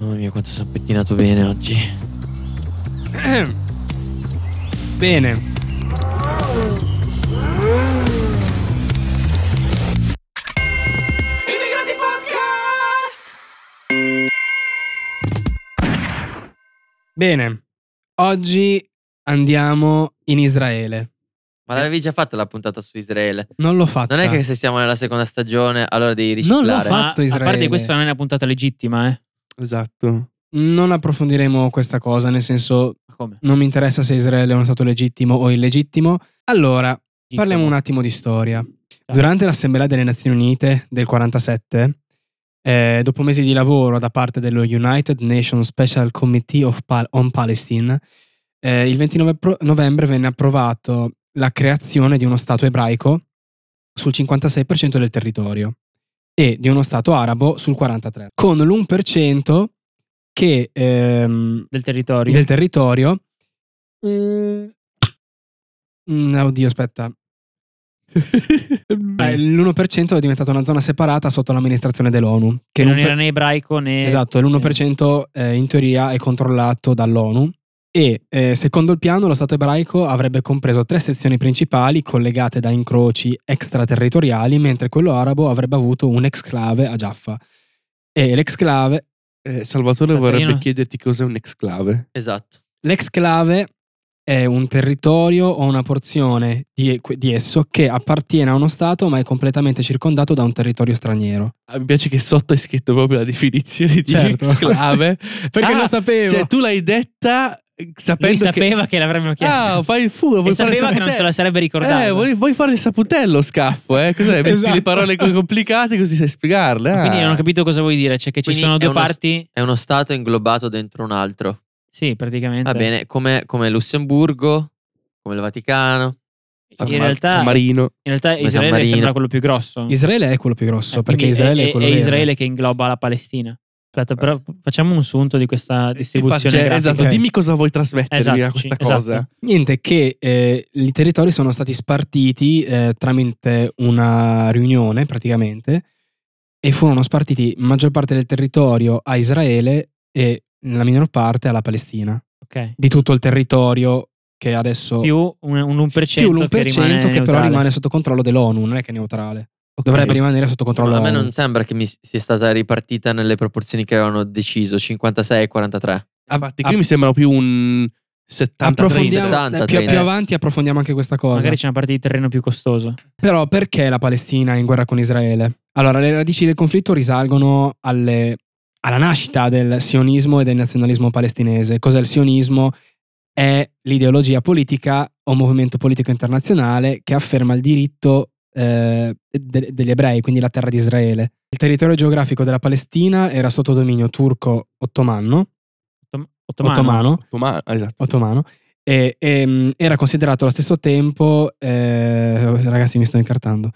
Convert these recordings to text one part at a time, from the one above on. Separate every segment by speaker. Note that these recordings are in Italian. Speaker 1: Mamma mia, quanto sono pettinato bene oggi.
Speaker 2: Bene. Bene, oggi andiamo in Israele.
Speaker 1: Ma l'avevi già fatta la puntata su Israele?
Speaker 2: Non l'ho fatta.
Speaker 1: Non è che se siamo nella seconda stagione allora devi
Speaker 2: Ah. Non l'ho
Speaker 1: riciclare.
Speaker 2: fa-
Speaker 3: Ma
Speaker 2: fatto
Speaker 3: a
Speaker 2: Israele.
Speaker 3: parte questa non è una puntata legittima, eh.
Speaker 2: Esatto. Non approfondiremo questa cosa, nel senso
Speaker 3: Ma come?
Speaker 2: non mi interessa se Israele è uno stato legittimo o illegittimo. Allora, parliamo un
Speaker 3: Legittimo.
Speaker 2: attimo di storia. Durante l'Assemblea delle Nazioni Unite del 47, eh, dopo mesi di lavoro da parte dello United Nations Special Committee of Pal- on Palestine, eh, il 29 pro- novembre venne approvato la creazione di uno Stato ebraico sul 56% del territorio e di uno Stato arabo sul 43%, con l'1% che ehm,
Speaker 3: Del territorio.
Speaker 2: del territorio. Mm, oddio, aspetta. Eh, L'1% è diventata una zona separata sotto l'amministrazione dell'ONU. Che
Speaker 3: che non
Speaker 2: l'un per-
Speaker 3: era né ebraico né...
Speaker 2: Esatto, l'1% eh, in teoria è controllato dall'ONU. E eh, secondo il piano, lo Stato ebraico avrebbe compreso tre sezioni principali collegate da incroci extraterritoriali, mentre quello arabo avrebbe avuto un'exclave a Jaffa. E l'exclave
Speaker 4: Eh, Salvatore
Speaker 3: Aspetta,
Speaker 4: vorrebbe
Speaker 3: io non-
Speaker 4: chiederti cos'è un exclave.
Speaker 1: Esatto.
Speaker 2: L'exclave è un territorio o una porzione di, di esso che appartiene a uno Stato ma è completamente circondato da un territorio straniero.
Speaker 4: Ah, mi piace che sotto hai scritto proprio la definizione di
Speaker 2: Certo.
Speaker 4: exclave.
Speaker 2: Perché
Speaker 4: Ah,
Speaker 2: lo sapevo.
Speaker 4: Cioè, tu l'hai detta eh, sapendo
Speaker 3: Lui
Speaker 4: che...
Speaker 3: sapeva che, l'avremmo
Speaker 4: Ah,
Speaker 3: chiesto.
Speaker 4: fai il furo, vuoi
Speaker 3: e
Speaker 4: fare il
Speaker 3: sapeva che non
Speaker 4: saputello.
Speaker 3: se la sarebbe ricordata.
Speaker 4: Eh, vuoi, vuoi fare il saputello scaffo, eh? Cos'è? Metti
Speaker 2: Esatto.
Speaker 4: le parole co- complicate così sai spiegarle. ah.
Speaker 3: Quindi non ho capito cosa vuoi dire. Cioè che ci
Speaker 1: Quindi
Speaker 3: sono
Speaker 1: è
Speaker 3: due
Speaker 1: uno s-
Speaker 3: parti...
Speaker 1: È uno stato inglobato dentro un altro.
Speaker 3: Sì, praticamente.
Speaker 1: Va bene, come, come Lussemburgo, come il Vaticano.
Speaker 4: San
Speaker 3: In
Speaker 4: Mar-
Speaker 3: realtà,
Speaker 4: San
Speaker 3: in
Speaker 4: Marino.
Speaker 3: realtà
Speaker 1: San
Speaker 3: Israele
Speaker 1: Marino.
Speaker 3: sembra quello più grosso.
Speaker 2: Israele è quello più grosso
Speaker 3: Eh,
Speaker 2: Esatto, perché
Speaker 3: quindi
Speaker 2: Israele è,
Speaker 3: è,
Speaker 2: quello
Speaker 3: è
Speaker 2: vero.
Speaker 3: Israele che ingloba la Palestina. Aspetta, però facciamo un sunto di questa distribuzione.
Speaker 4: Cioè,
Speaker 3: grafica.
Speaker 4: esatto,
Speaker 2: Ok.
Speaker 4: dimmi cosa vuoi trasmettermi
Speaker 3: Esatto,
Speaker 4: a
Speaker 3: sì,
Speaker 4: questa
Speaker 3: esatto.
Speaker 4: cosa.
Speaker 2: Niente, che eh, i territori sono stati spartiti eh, tramite una riunione praticamente e furono spartiti maggior parte del territorio a Israele e la minor parte alla Palestina,
Speaker 3: Ok.
Speaker 2: di tutto il territorio che adesso
Speaker 3: Più un, un 1%,
Speaker 2: più l'1% che,
Speaker 3: che, rimane
Speaker 2: però
Speaker 3: neutrale.
Speaker 2: rimane sotto controllo dell'ONU, non è che è neutrale. Dovrebbe rimanere sotto controllo
Speaker 1: Ma a me
Speaker 2: ONU.
Speaker 1: non sembra che mi s- sia stata ripartita nelle proporzioni che avevano deciso, 56 e 43.
Speaker 4: Ah, Infatti,
Speaker 2: app-
Speaker 4: qui mi sembra più un 70
Speaker 2: Approfondiamo
Speaker 1: 70,
Speaker 2: più,
Speaker 1: 30.
Speaker 2: più avanti approfondiamo anche questa cosa.
Speaker 3: Magari c'è una parte di terreno più costosa.
Speaker 2: Però perché la Palestina è in guerra con Israele? Allora, le radici del conflitto risalgono alle- alla nascita del sionismo e del nazionalismo palestinese. Cos'è il sionismo? È l'ideologia politica o movimento politico internazionale che afferma il diritto eh, de- degli ebrei, quindi la terra di Israele. Il territorio geografico della Palestina era sotto dominio turco-ottomano,
Speaker 3: Ottom- Ottomano.
Speaker 2: ottomano,
Speaker 4: Ottomano, ah, esatto.
Speaker 2: ottomano e, e, mh, era considerato allo stesso tempo eh, ragazzi mi sto incartando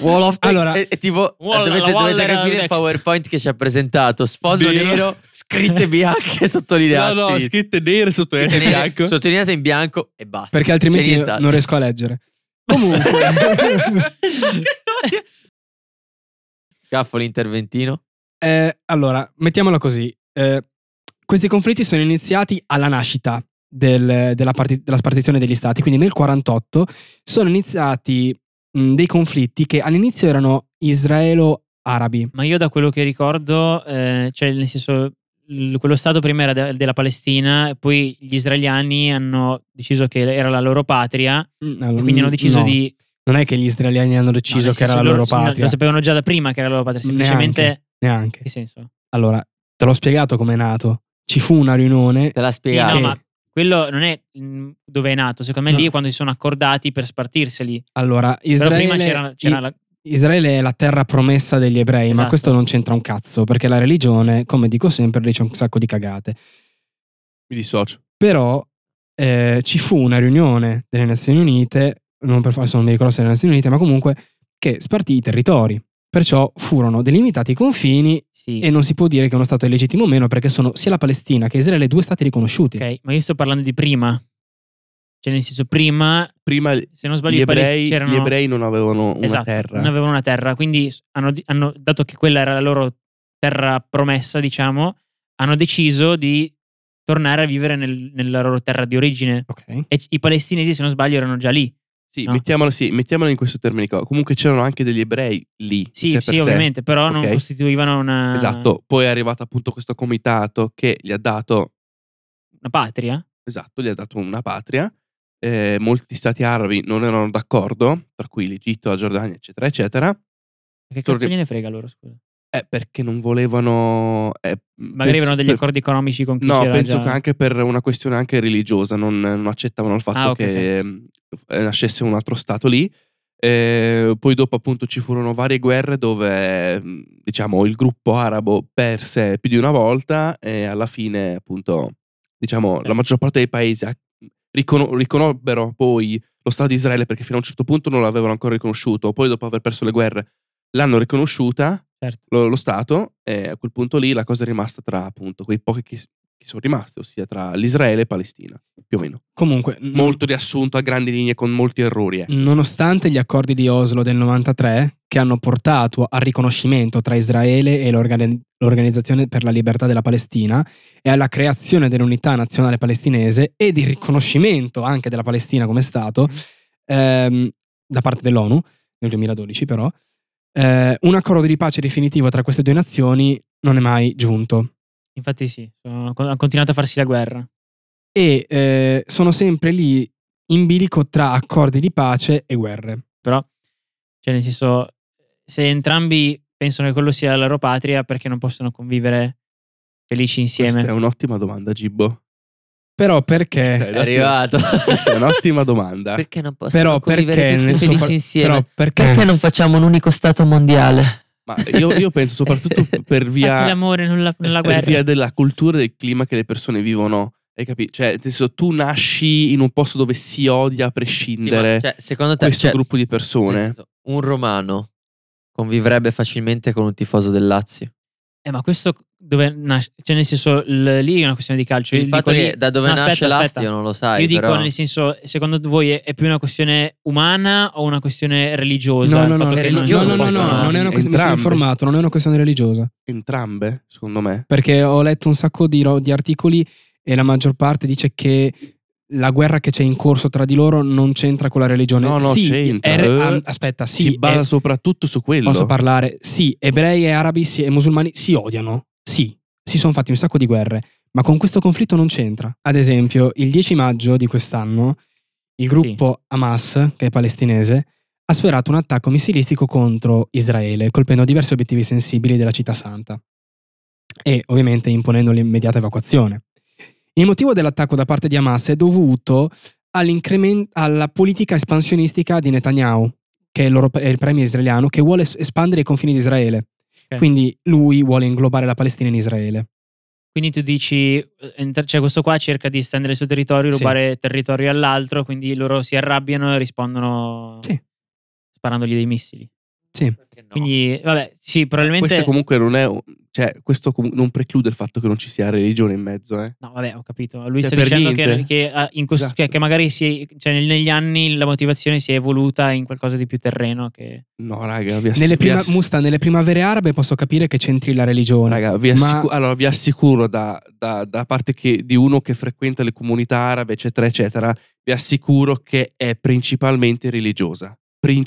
Speaker 1: Wall of
Speaker 2: Allora-
Speaker 1: è, è eh, tipo,
Speaker 3: Wall-
Speaker 1: dovete,
Speaker 3: la wall
Speaker 1: dovete
Speaker 3: era
Speaker 1: capire il
Speaker 3: next.
Speaker 1: PowerPoint che ci ha presentato. Sfondo
Speaker 4: Vero.
Speaker 1: nero, scritte bianche
Speaker 4: No,
Speaker 1: sottolineate.
Speaker 4: no, scritte nere sotto nero
Speaker 1: Scritte
Speaker 4: in
Speaker 1: nere,
Speaker 4: bianco.
Speaker 1: sottolineate in bianco e basta. Cioè,
Speaker 3: Cioè,
Speaker 2: perché altrimenti
Speaker 1: C'è
Speaker 2: io
Speaker 1: nient'altro.
Speaker 2: non riesco a leggere
Speaker 1: Comunque. Scaffo l'interventino.
Speaker 2: Eh, allora mettiamola così Eh, questi conflitti sono iniziati alla nascita del- della, parti- della spartizione degli stati quindi nel 48 sono iniziati mh, dei conflitti che all'inizio erano israelo-arabi
Speaker 3: Ma io da quello che ricordo, eh, cioè nel senso, l- quello stato prima era de- della Palestina, poi gli israeliani hanno deciso che era la loro patria,
Speaker 2: Mm,
Speaker 3: e
Speaker 2: allora,
Speaker 3: quindi hanno
Speaker 2: mm,
Speaker 3: deciso
Speaker 2: no.
Speaker 3: di...
Speaker 2: non è che gli israeliani hanno
Speaker 3: no,
Speaker 2: deciso
Speaker 3: nel
Speaker 2: che era
Speaker 3: senso,
Speaker 2: la loro,
Speaker 3: loro-
Speaker 2: patria
Speaker 3: Lo sapevano già da prima che era la loro patria,
Speaker 2: Neanche.
Speaker 3: semplicemente...
Speaker 2: neanche
Speaker 3: Che senso?
Speaker 2: Allora, te l'ho spiegato com'è nato. Ci fu una riunione.
Speaker 1: Te l'ha
Speaker 3: Sì,
Speaker 1: spiegato.
Speaker 3: no,
Speaker 2: Che-
Speaker 3: Ah, ma quello non è mh, dove è nato, secondo me lì
Speaker 2: No.
Speaker 3: è quando si sono accordati per spartirseli.
Speaker 2: Allora,
Speaker 3: Però
Speaker 2: Israele,
Speaker 3: prima c'era, c'era la...
Speaker 2: I- Israele è la terra promessa degli ebrei, ma
Speaker 3: Esatto.
Speaker 2: questo non c'entra un cazzo, perché la religione, come dico sempre, lì c'è un sacco di cagate.
Speaker 4: Mi dissocio.
Speaker 2: Però eh, ci fu una riunione delle Nazioni Unite, non per forza non mi ricordo se delle Nazioni Unite, ma comunque che spartì i territori. Perciò furono delimitati i confini
Speaker 3: Sì.
Speaker 2: e non si può dire che uno Stato è legittimo o meno, perché sono sia la Palestina che Israele due Stati riconosciuti.
Speaker 3: Ok, ma io sto parlando di prima. Cioè, nel senso, prima,
Speaker 4: Prima gli
Speaker 3: se non sbaglio, i
Speaker 4: ebrei,
Speaker 3: palestinesi c'erano...
Speaker 4: gli ebrei non avevano una
Speaker 3: Esatto,
Speaker 4: terra.
Speaker 3: non avevano una terra, quindi s- hanno, di- hanno- dato che quella era la loro terra promessa, diciamo, hanno deciso di tornare a vivere nel- nella loro terra di origine.
Speaker 2: Ok.
Speaker 3: E i palestinesi, se non sbaglio, erano già lì.
Speaker 4: Sì,
Speaker 3: No.
Speaker 4: mettiamolo, sì, mettiamolo in questo termine qua. Comunque c'erano anche degli ebrei lì.
Speaker 3: Sì,
Speaker 4: cioè per
Speaker 3: sì,
Speaker 4: sé.
Speaker 3: ovviamente, però non
Speaker 4: Ok.
Speaker 3: costituivano una,
Speaker 4: Esatto. Poi è arrivato appunto questo comitato che gli ha dato,
Speaker 3: una patria.
Speaker 4: esatto, gli ha dato una patria. Eh, molti stati arabi non erano d'accordo, tra cui l'Egitto, la Giordania, eccetera, eccetera.
Speaker 3: Che
Speaker 4: Solo
Speaker 3: cazzo
Speaker 4: che-
Speaker 3: gliene frega loro, scusa?
Speaker 4: Eh, perché non volevano. eh,
Speaker 3: Magari
Speaker 4: penso-
Speaker 3: avevano degli
Speaker 4: per-
Speaker 3: accordi economici con chi
Speaker 4: No,
Speaker 3: c'era
Speaker 4: penso
Speaker 3: già.
Speaker 4: che anche per una questione anche religiosa non, non accettavano il fatto
Speaker 3: Ah, ok,
Speaker 4: che ehm, eh, nascesse un altro stato lì. Eh, poi dopo appunto ci furono varie guerre dove ehm, diciamo il gruppo arabo perse più di una volta e alla fine appunto diciamo la maggior parte dei paesi ha- ricono- riconobbero poi lo Stato di Israele perché fino a un certo punto non l'avevano ancora riconosciuto, poi dopo aver perso le guerre l'hanno riconosciuta
Speaker 3: Certo.
Speaker 4: lo, lo Stato e a quel punto lì la cosa è rimasta tra appunto quei pochi che, che sono rimasti, ossia tra l'Israele e Palestina, più o meno.
Speaker 2: Comunque,
Speaker 1: Mm.
Speaker 2: n-
Speaker 4: Molto riassunto a grandi linee con molti errori. eh.
Speaker 2: nonostante gli accordi di Oslo del 93, che hanno portato al riconoscimento tra Israele e l'organ- l'Organizzazione per la Libertà della Palestina e alla creazione dell'unità nazionale palestinese e di riconoscimento anche della Palestina come Stato,
Speaker 3: Mhm.
Speaker 2: ehm, da parte dell'ONU nel 2012 però, eh, un accordo di pace definitivo tra queste due nazioni non è mai giunto.
Speaker 3: Infatti sì, sono- hanno continuato a farsi la guerra.
Speaker 2: e eh, sono sempre lì in bilico tra accordi di pace e guerre.
Speaker 3: però cioè nel senso se entrambi pensano che quello sia la loro patria perché non possono convivere felici insieme
Speaker 4: Questa è un'ottima domanda, Gibbo.
Speaker 2: Però
Speaker 4: Questa
Speaker 2: perché,
Speaker 1: È
Speaker 4: un'ottima-
Speaker 1: arrivato.
Speaker 4: Questa è un'ottima domanda.
Speaker 1: Perché non possono
Speaker 2: però perché,
Speaker 1: convivere tutti
Speaker 2: nel suo
Speaker 1: felici
Speaker 2: par-
Speaker 1: insieme?
Speaker 2: però
Speaker 4: Eh.
Speaker 2: perché,
Speaker 1: Perché non facciamo un unico stato mondiale?
Speaker 4: Ma io, io penso soprattutto per
Speaker 3: Fatti
Speaker 4: via,
Speaker 3: l'amore non la, non la
Speaker 4: per
Speaker 3: guerra
Speaker 4: via della cultura e del clima che le persone vivono. Hai capito? Cioè, nel senso, tu nasci in un posto dove si odia a
Speaker 1: Sì, ma,
Speaker 4: prescindere
Speaker 1: cioè, secondo te
Speaker 4: questo
Speaker 1: cioè,
Speaker 4: gruppo di
Speaker 1: nel
Speaker 4: persone.
Speaker 1: senso, un romano convivrebbe facilmente con un tifoso del Lazio?
Speaker 3: eh, ma questo dove nasce cioè nel senso l- lì è una questione di calcio
Speaker 1: il
Speaker 3: Cioè, Io
Speaker 1: fatto
Speaker 3: dico lì-
Speaker 1: che da dove
Speaker 3: No, aspetta,
Speaker 1: nasce
Speaker 3: aspetta.
Speaker 1: l'astio non lo sai.
Speaker 3: io dico
Speaker 1: però-
Speaker 3: nel senso secondo voi è, è più una questione umana o una questione religiosa
Speaker 2: No,
Speaker 3: il
Speaker 2: no, no,
Speaker 3: fatto
Speaker 2: no,
Speaker 3: che
Speaker 1: è
Speaker 3: non-
Speaker 2: no, no,
Speaker 1: religioso,
Speaker 2: no, no,
Speaker 1: possono-
Speaker 2: non è una questione, mi sono
Speaker 4: entrambe.
Speaker 2: informato, non è una questione religiosa,
Speaker 4: Entrambe, secondo me.
Speaker 2: perché ho letto un sacco di, ro- di articoli e la maggior parte dice che la guerra che c'è in corso tra di loro non c'entra con la religione.
Speaker 4: No, no,
Speaker 2: Sì,
Speaker 4: c'entra.
Speaker 2: è
Speaker 4: Eh,
Speaker 2: re- ah, aspetta, sì,
Speaker 4: si basa
Speaker 2: è-
Speaker 4: soprattutto su quello.
Speaker 2: posso parlare? Sì, ebrei e arabi sì, e musulmani si odiano. Sì, si sono fatti un sacco di guerre, ma con questo conflitto non c'entra. Ad esempio, il 10 maggio di quest'anno, il gruppo Hamas, che è palestinese, ha sferato un attacco missilistico contro Israele, colpendo diversi obiettivi sensibili della città santa e ovviamente imponendo l'immediata evacuazione. Il motivo dell'attacco da parte di Hamas è dovuto all'incremen- alla politica espansionistica di Netanyahu, che è il, loro- è il premier israeliano, che vuole es- espandere i confini di Israele.
Speaker 3: Ok.
Speaker 2: Quindi lui vuole inglobare la Palestina in Israele.
Speaker 3: quindi tu dici eh, entra- cioè questo qua cerca di stendere il suo territorio
Speaker 2: Sì.
Speaker 3: rubare territorio all'altro quindi loro si arrabbiano e rispondono
Speaker 2: Sì.
Speaker 3: sparandogli dei missili
Speaker 2: Sì.
Speaker 1: Perché no?
Speaker 3: Quindi, vabbè, sì, probabilmente.
Speaker 4: Questo comunque non è. un- Cioè, questo comu- non preclude il fatto che non ci sia religione in mezzo, eh.
Speaker 3: No, vabbè, ho capito. Lui
Speaker 4: Cioè,
Speaker 3: sta
Speaker 4: per
Speaker 3: dicendo che,
Speaker 4: niente.
Speaker 3: che, ah, in questo-
Speaker 4: Esatto.
Speaker 3: che- che magari si è- cioè, nel- negli anni la motivazione si è evoluta in qualcosa di più terreno. Che...
Speaker 4: No, raga, vi, ass-
Speaker 2: Nelle
Speaker 4: vi
Speaker 2: prima-
Speaker 4: ass-
Speaker 2: Musta, nelle primavere arabe posso capire che c'entri la religione.
Speaker 4: raga, vi
Speaker 2: ma-
Speaker 4: assicu- allora, vi assicuro da, da- da parte che- di uno che frequenta le comunità arabe, eccetera, eccetera, vi assicuro che è principalmente religiosa.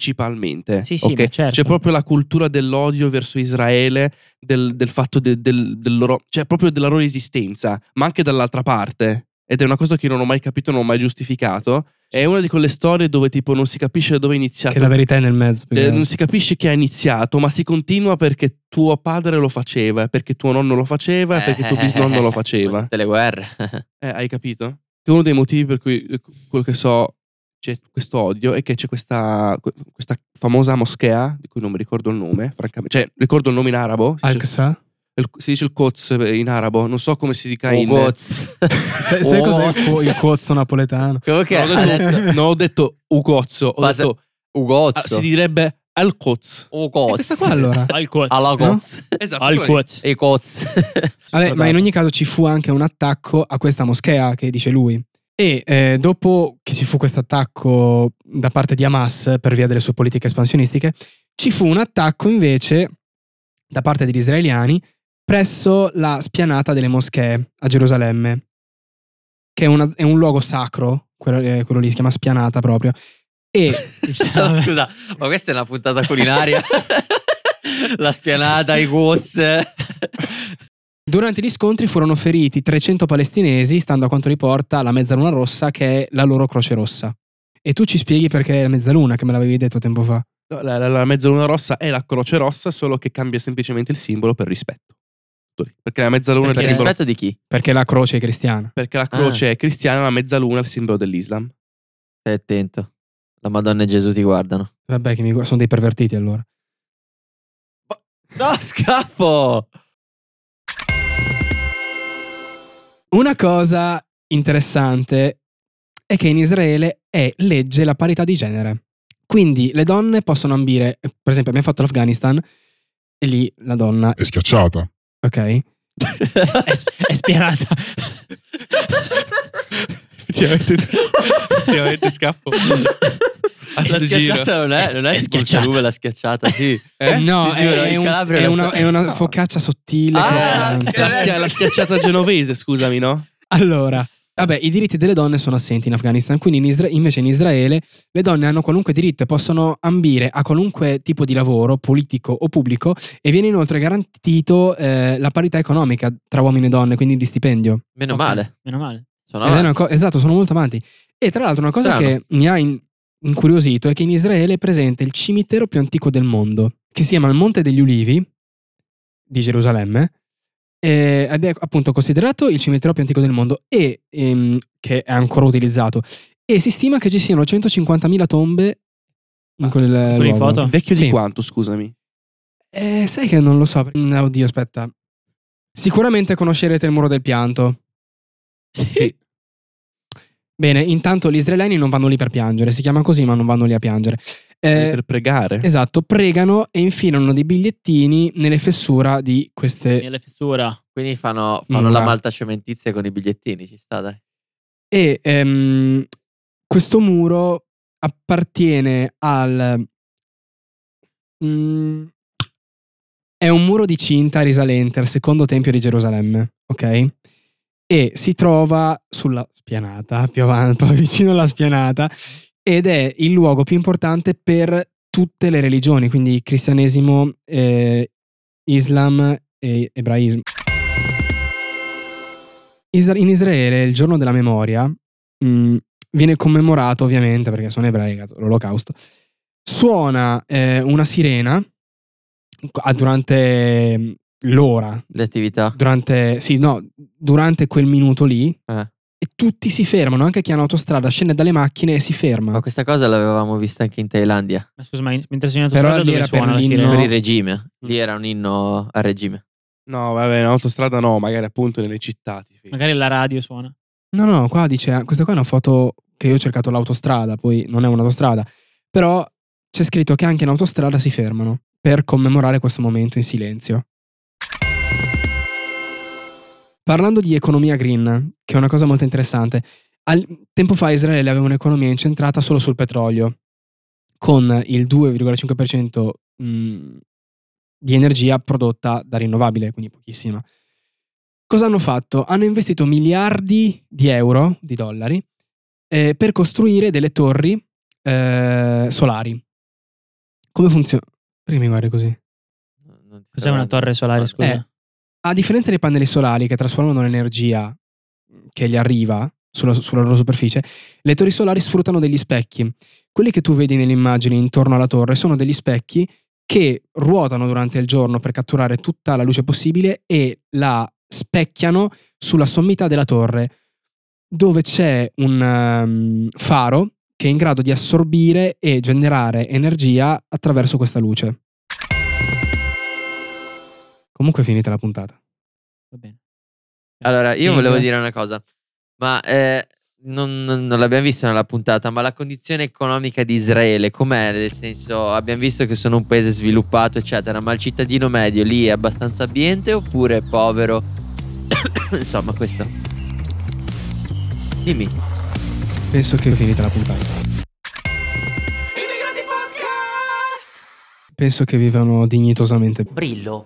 Speaker 4: Principalmente.
Speaker 3: Sì, sì,
Speaker 4: ok?
Speaker 3: ma certo.
Speaker 4: C'è proprio la cultura dell'odio verso Israele, del, del fatto de- del, del loro, cioè proprio della loro esistenza, ma anche dall'altra parte. Ed è una cosa che io non ho mai capito, non ho mai giustificato. È una di quelle storie dove tipo non si capisce da dove è iniziato.
Speaker 2: Che la verità è nel mezzo. più che
Speaker 4: Cioè,
Speaker 2: altro.
Speaker 4: certo. non si capisce chi ha iniziato, ma si continua perché tuo padre lo faceva, eh, perché tuo nonno lo
Speaker 3: eh,
Speaker 4: faceva,
Speaker 1: eh,
Speaker 4: perché tuo bisnonno lo
Speaker 1: Come
Speaker 4: faceva.
Speaker 1: Tutte le guerre.
Speaker 4: Eh, hai capito? Che uno dei motivi per cui eh, quello che so c'è questo odio è che c'è questa, que- questa famosa moschea, di cui non mi ricordo il nome, francamente. Cioè, ricordo il nome in arabo. Si, dice,
Speaker 2: Al-Aqsa?
Speaker 4: il, si dice il Qods in arabo, non so come si dica in.
Speaker 1: Ugoz.
Speaker 2: Sai, sai
Speaker 1: Oh.
Speaker 2: cos'è il, co- il cozzo napoletano?
Speaker 1: Come
Speaker 4: Non
Speaker 1: che
Speaker 4: ho
Speaker 1: ha
Speaker 4: detto,
Speaker 1: detto?
Speaker 4: non ho detto Ugozzo, ho
Speaker 1: Base-
Speaker 4: detto-
Speaker 1: Ugozzo.
Speaker 4: ah, si direbbe al Qods.
Speaker 1: Ugoz.
Speaker 4: E questa
Speaker 2: Eh, qua allora?
Speaker 3: Al Quoz.
Speaker 1: Alla
Speaker 2: No?
Speaker 1: Goz.
Speaker 4: Esatto.
Speaker 3: Al
Speaker 4: quella lì.
Speaker 3: Quoz.
Speaker 1: E Goz.
Speaker 2: Vabbè, ma in ogni caso ci fu anche un attacco a questa moschea che dice lui. E eh, dopo che ci fu questo attacco da parte di Hamas per via delle sue politiche espansionistiche, ci fu un attacco invece da parte degli israeliani presso la spianata delle moschee a Gerusalemme, che è, una- è un luogo sacro, quello, eh, quello lì si chiama spianata proprio. E
Speaker 1: Cioè,
Speaker 3: Diciamo,
Speaker 1: No, scusa, ma questa è una puntata culinaria. La spianata, i Woz.
Speaker 2: durante gli scontri furono feriti 300 palestinesi, stando a quanto riporta la Mezzaluna Rossa, che è la loro croce rossa. E tu ci spieghi perché è la Mezzaluna, che me l'avevi detto tempo fa.
Speaker 4: No, La, la- la mezzaluna rossa è la croce rossa, solo che cambia semplicemente il simbolo per rispetto. Tutto lì. Perché la mezzaluna
Speaker 2: Perché
Speaker 4: è
Speaker 1: Per
Speaker 4: il simbolo.
Speaker 1: rispetto di chi?
Speaker 2: Perché la croce è cristiana.
Speaker 4: Perché la croce è cristiana, la mezzaluna è il simbolo dell'Islam.
Speaker 1: Stai attento. La Madonna e Gesù ti guardano.
Speaker 2: Vabbè, che mi gu- sono dei pervertiti allora.
Speaker 1: No, scappo!
Speaker 2: Una cosa interessante è che in Israele è legge la parità di genere. Quindi le donne possono ambire, per esempio abbiamo fatto l'Afghanistan e lì la donna,
Speaker 5: è schiacciata.
Speaker 2: ok?
Speaker 3: È, sp- è spianata.
Speaker 4: Effettivamente, effettivamente scappo.
Speaker 2: Ah,
Speaker 4: A
Speaker 1: la
Speaker 4: sto giro.
Speaker 1: schiacciata non è,
Speaker 3: È-
Speaker 1: non è,
Speaker 3: è
Speaker 1: tipo il
Speaker 3: schiacciata.
Speaker 1: Cerube, la schiacciata, sì.
Speaker 4: Eh?
Speaker 2: No,
Speaker 1: Ti giuro,
Speaker 2: è,
Speaker 1: in
Speaker 2: un-
Speaker 1: Calabria
Speaker 2: è
Speaker 1: lo
Speaker 2: una,
Speaker 1: so.
Speaker 2: è una
Speaker 1: No.
Speaker 2: focaccia sottile. che è
Speaker 1: Ah,
Speaker 2: veramente-
Speaker 1: ok.
Speaker 4: La, schia- la schiacciata genovese, scusami, no?
Speaker 2: Allora, vabbè, i diritti delle donne sono assenti in Afghanistan, quindi in Isra- invece in Israele le donne hanno qualunque diritto e possono ambire a qualunque tipo di lavoro, politico o pubblico, e viene inoltre garantito eh, la parità economica tra uomini e donne, quindi di stipendio.
Speaker 1: Meno
Speaker 3: Ok,
Speaker 1: male.
Speaker 3: Meno male.
Speaker 1: Sono
Speaker 2: Ed è
Speaker 1: avanti.
Speaker 2: una co- esatto, sono molto avanti. E tra l'altro una cosa
Speaker 1: Strano.
Speaker 2: che mi ha in- incuriosito è che in Israele è presente il cimitero più antico del mondo, che si chiama il Monte degli Ulivi di Gerusalemme, eh, ed è appunto considerato il cimitero più antico del mondo e ehm, che è ancora utilizzato. E si stima che ci siano 150.000 tombe in
Speaker 3: Ah,
Speaker 2: quel
Speaker 3: quelle
Speaker 2: luogo.
Speaker 3: foto?
Speaker 4: Vecchio
Speaker 2: Sì.
Speaker 4: di quanto, scusami?
Speaker 2: Eh, sai che non lo so. Mm, Oddio, aspetta. Sicuramente conoscerete il muro del pianto.
Speaker 4: Sì.
Speaker 2: Bene, intanto gli israeliani non vanno lì per piangere, si chiama così, ma non vanno lì a piangere. Eh,
Speaker 4: Per pregare.
Speaker 2: esatto, pregano e infilano dei bigliettini nelle fessura di queste.
Speaker 3: Nella fessura.
Speaker 1: Quindi fanno, fanno
Speaker 2: Nulla.
Speaker 1: la malta cementizia con i bigliettini, ci sta, dai.
Speaker 2: E ehm, questo muro appartiene al. Mm, è un muro di cinta risalente al secondo tempio di Gerusalemme, ok? E si trova sulla spianata, più avanti, poi vicino alla spianata, ed è il luogo più importante per tutte le religioni, quindi cristianesimo, eh, islam e ebraismo. Isra- in Israele il giorno della memoria mh, viene commemorato ovviamente perché sono ebrei, cazzo, l'olocausto. Suona eh, una sirena ah, durante mh, l'ora,
Speaker 1: Le attività.
Speaker 2: durante, sì, no, durante quel minuto lì
Speaker 1: Eh.
Speaker 2: e tutti si fermano, anche chi è in autostrada scende dalle macchine e si ferma.
Speaker 1: Ma questa cosa l'avevamo vista anche in Thailandia,
Speaker 3: Ma scusa, ma in- mentre sei in
Speaker 2: Però
Speaker 3: autostrada
Speaker 2: lì
Speaker 3: dove
Speaker 2: era per
Speaker 3: suona la
Speaker 2: l'inno-
Speaker 3: sirena?
Speaker 1: per il regime. Lì era un inno al regime.
Speaker 4: No, vabbè, in autostrada no, magari appunto nelle città. ti fidi.
Speaker 3: Magari la radio suona.
Speaker 2: No, no, qua dice, ah, questa qua è una foto che io ho cercato l'autostrada, poi non è un'autostrada, però c'è scritto che anche in autostrada si fermano per commemorare questo momento in silenzio. Parlando di economia green, che è una cosa molto interessante, al- tempo fa Israele aveva un'economia incentrata solo sul petrolio, con il 2,5% mh, di energia prodotta da rinnovabile, quindi pochissima. Cosa hanno fatto? Hanno investito miliardi di euro, di dollari, eh, per costruire delle torri eh, solari. Come funziona? Perché mi guardi così?
Speaker 1: Non ti
Speaker 3: Cos'è una
Speaker 1: saranno-
Speaker 3: torre solare, scusa?
Speaker 2: Eh, a differenza dei pannelli solari che trasformano l'energia che gli arriva sulla, sulla loro superficie, le torri solari sfruttano degli specchi. Quelli che tu vedi nelle immagini intorno alla torre sono degli specchi che ruotano durante il giorno per catturare tutta la luce possibile e la specchiano sulla sommità della torre, dove c'è un ehm, faro che è in grado di assorbire e generare energia attraverso questa luce. Comunque è finita la puntata.
Speaker 3: Va bene.
Speaker 1: Allora, io
Speaker 3: Sì,
Speaker 1: volevo
Speaker 3: grazie.
Speaker 1: dire una cosa, ma eh, non, non- non l'abbiamo visto nella puntata, ma la condizione economica di Israele com'è? Nel senso, abbiamo visto che sono un paese sviluppato, eccetera, ma il cittadino medio lì è abbastanza abbiente oppure è povero? Insomma, questo. Dimmi.
Speaker 2: Penso che è finita la puntata. Penso che vivano dignitosamente.
Speaker 6: Brillo.